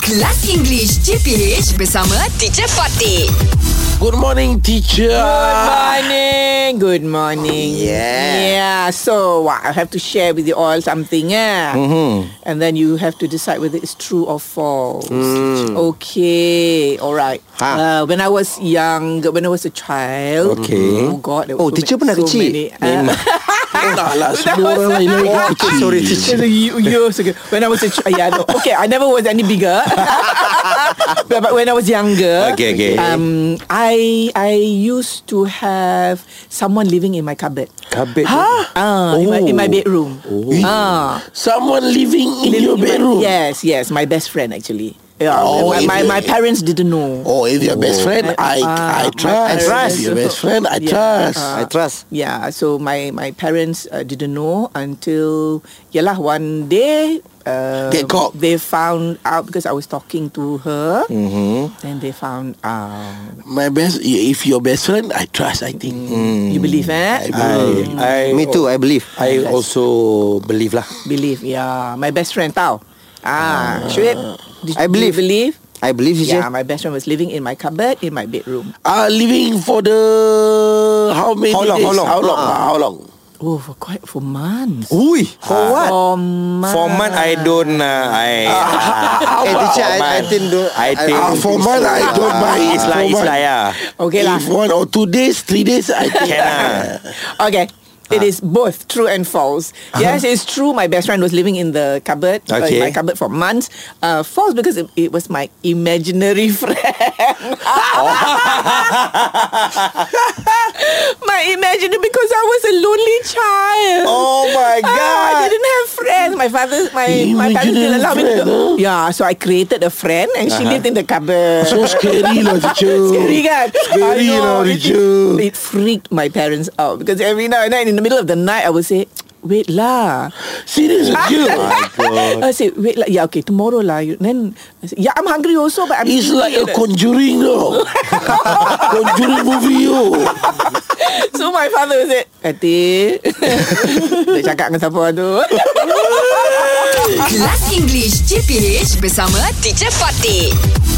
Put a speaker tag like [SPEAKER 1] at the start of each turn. [SPEAKER 1] Kelas English CPH bersama Teacher Fatih.
[SPEAKER 2] Good morning, teacher.
[SPEAKER 3] Good morning. Good morning.
[SPEAKER 2] Yeah.
[SPEAKER 3] Yeah. So what I have to share with you all something, eh? Mm-hmm. And then you have to decide whether it's true or false. Okay. All right.
[SPEAKER 2] Ha.
[SPEAKER 3] Uh, when I was young, when I was a child.
[SPEAKER 2] Okay.
[SPEAKER 3] Oh God. there were
[SPEAKER 4] Oh,
[SPEAKER 3] so
[SPEAKER 4] teacher
[SPEAKER 3] many-
[SPEAKER 4] pernah
[SPEAKER 3] so
[SPEAKER 4] kecil?
[SPEAKER 3] many, uh,
[SPEAKER 2] Memang. Tak lah, semua orang lain lagi kecil.
[SPEAKER 4] sorry,
[SPEAKER 3] It was a y- years ago. oh, ya, When I was a child, yeah, no. okay, I never was any bigger. but, but when I was younger,
[SPEAKER 2] Okay, okay.
[SPEAKER 3] um, I I used to have someone living in my cupboard.
[SPEAKER 2] Cupboard.
[SPEAKER 3] Huh? Ah, in, my, in my bedroom.
[SPEAKER 2] Oh.
[SPEAKER 3] Ah,
[SPEAKER 2] Someone living in
[SPEAKER 3] living
[SPEAKER 2] your
[SPEAKER 3] in my-
[SPEAKER 2] bedroom.
[SPEAKER 3] yes, yes, my best friend actually. Yeah,
[SPEAKER 2] Oh,
[SPEAKER 3] my,
[SPEAKER 2] if
[SPEAKER 3] my,
[SPEAKER 2] you-
[SPEAKER 3] my parents didn't know.
[SPEAKER 2] Oh, if your best friend, I
[SPEAKER 3] Ah,
[SPEAKER 2] I
[SPEAKER 3] my
[SPEAKER 2] trust.
[SPEAKER 3] parents.
[SPEAKER 2] If your best friend, I
[SPEAKER 3] Yeah. Ah.
[SPEAKER 2] trust.
[SPEAKER 4] I trust.
[SPEAKER 3] Yeah, so my my parents uh, didn't know until yeah lah one day uh,
[SPEAKER 2] Get caught.
[SPEAKER 3] They found out because I was talking to her, mm-hmm. and they found um, out.
[SPEAKER 2] My best. If your best friend, I trust. I think.
[SPEAKER 4] Mm.
[SPEAKER 3] You believe eh?
[SPEAKER 4] I, Me too, I believe.
[SPEAKER 5] I also believe lah.
[SPEAKER 3] believe, yeah. My best friend tau. Ah, Shuib, did-
[SPEAKER 4] I
[SPEAKER 3] do you
[SPEAKER 4] believe.
[SPEAKER 3] believe.
[SPEAKER 4] I believe teacher.
[SPEAKER 3] Yeah, my best friend was living in my cupboard in my bedroom.
[SPEAKER 2] Uh, living for the how many
[SPEAKER 4] How long,
[SPEAKER 2] days?
[SPEAKER 4] how long?
[SPEAKER 2] How long?
[SPEAKER 4] Ah.
[SPEAKER 2] How long?
[SPEAKER 3] Oh, for quite for months.
[SPEAKER 4] Ui, for what?
[SPEAKER 3] For months.
[SPEAKER 5] For month I don't uh, I
[SPEAKER 4] Eh, teacher, I- I think don't-
[SPEAKER 5] I
[SPEAKER 4] I-
[SPEAKER 5] think uh,
[SPEAKER 2] Ah, for month, I don't buy it.
[SPEAKER 5] It's
[SPEAKER 2] For
[SPEAKER 5] like it's
[SPEAKER 2] month.
[SPEAKER 5] like yeah.
[SPEAKER 3] Okay lah.
[SPEAKER 2] If one or two days, three days, I think.
[SPEAKER 5] Can ah.
[SPEAKER 3] Okay. It is both true and false. Yes, it's true. My best friend was living in the cupboard, uh, in
[SPEAKER 5] Uh-huh. Okay.
[SPEAKER 3] my cupboard for months. Uh, false because it, it was my imaginary friend.
[SPEAKER 5] Oh.
[SPEAKER 3] my imaginary because I was a lonely child.
[SPEAKER 5] Oh my
[SPEAKER 3] Ah, I
[SPEAKER 5] god.
[SPEAKER 3] didn't have friends. My father, my
[SPEAKER 2] Eh,
[SPEAKER 3] my parents
[SPEAKER 2] Imaginary
[SPEAKER 3] didn't allow me to.
[SPEAKER 2] friend, huh? Uh-huh.
[SPEAKER 3] Yeah, so I created a friend, and she lived in the cupboard.
[SPEAKER 2] So scary lah, teacher.
[SPEAKER 3] Scary kan
[SPEAKER 2] Scary
[SPEAKER 3] I know,
[SPEAKER 2] lah,
[SPEAKER 3] it,
[SPEAKER 2] Richard.
[SPEAKER 3] it, it freaked my parents out Because every now and then In the middle of the night I would say Wait lah
[SPEAKER 2] Serious, teacher.
[SPEAKER 3] I say wait lah Yeah okay tomorrow lah you, Then I say, Yeah I'm hungry also But I'm
[SPEAKER 2] It's like a
[SPEAKER 3] tired."
[SPEAKER 2] conjuring, no? conjuring movie, oh. yo.
[SPEAKER 3] So my father would say Kati Dia cakap dengan siapa tu
[SPEAKER 1] Kelas English CPH bersama Teacher Fatih.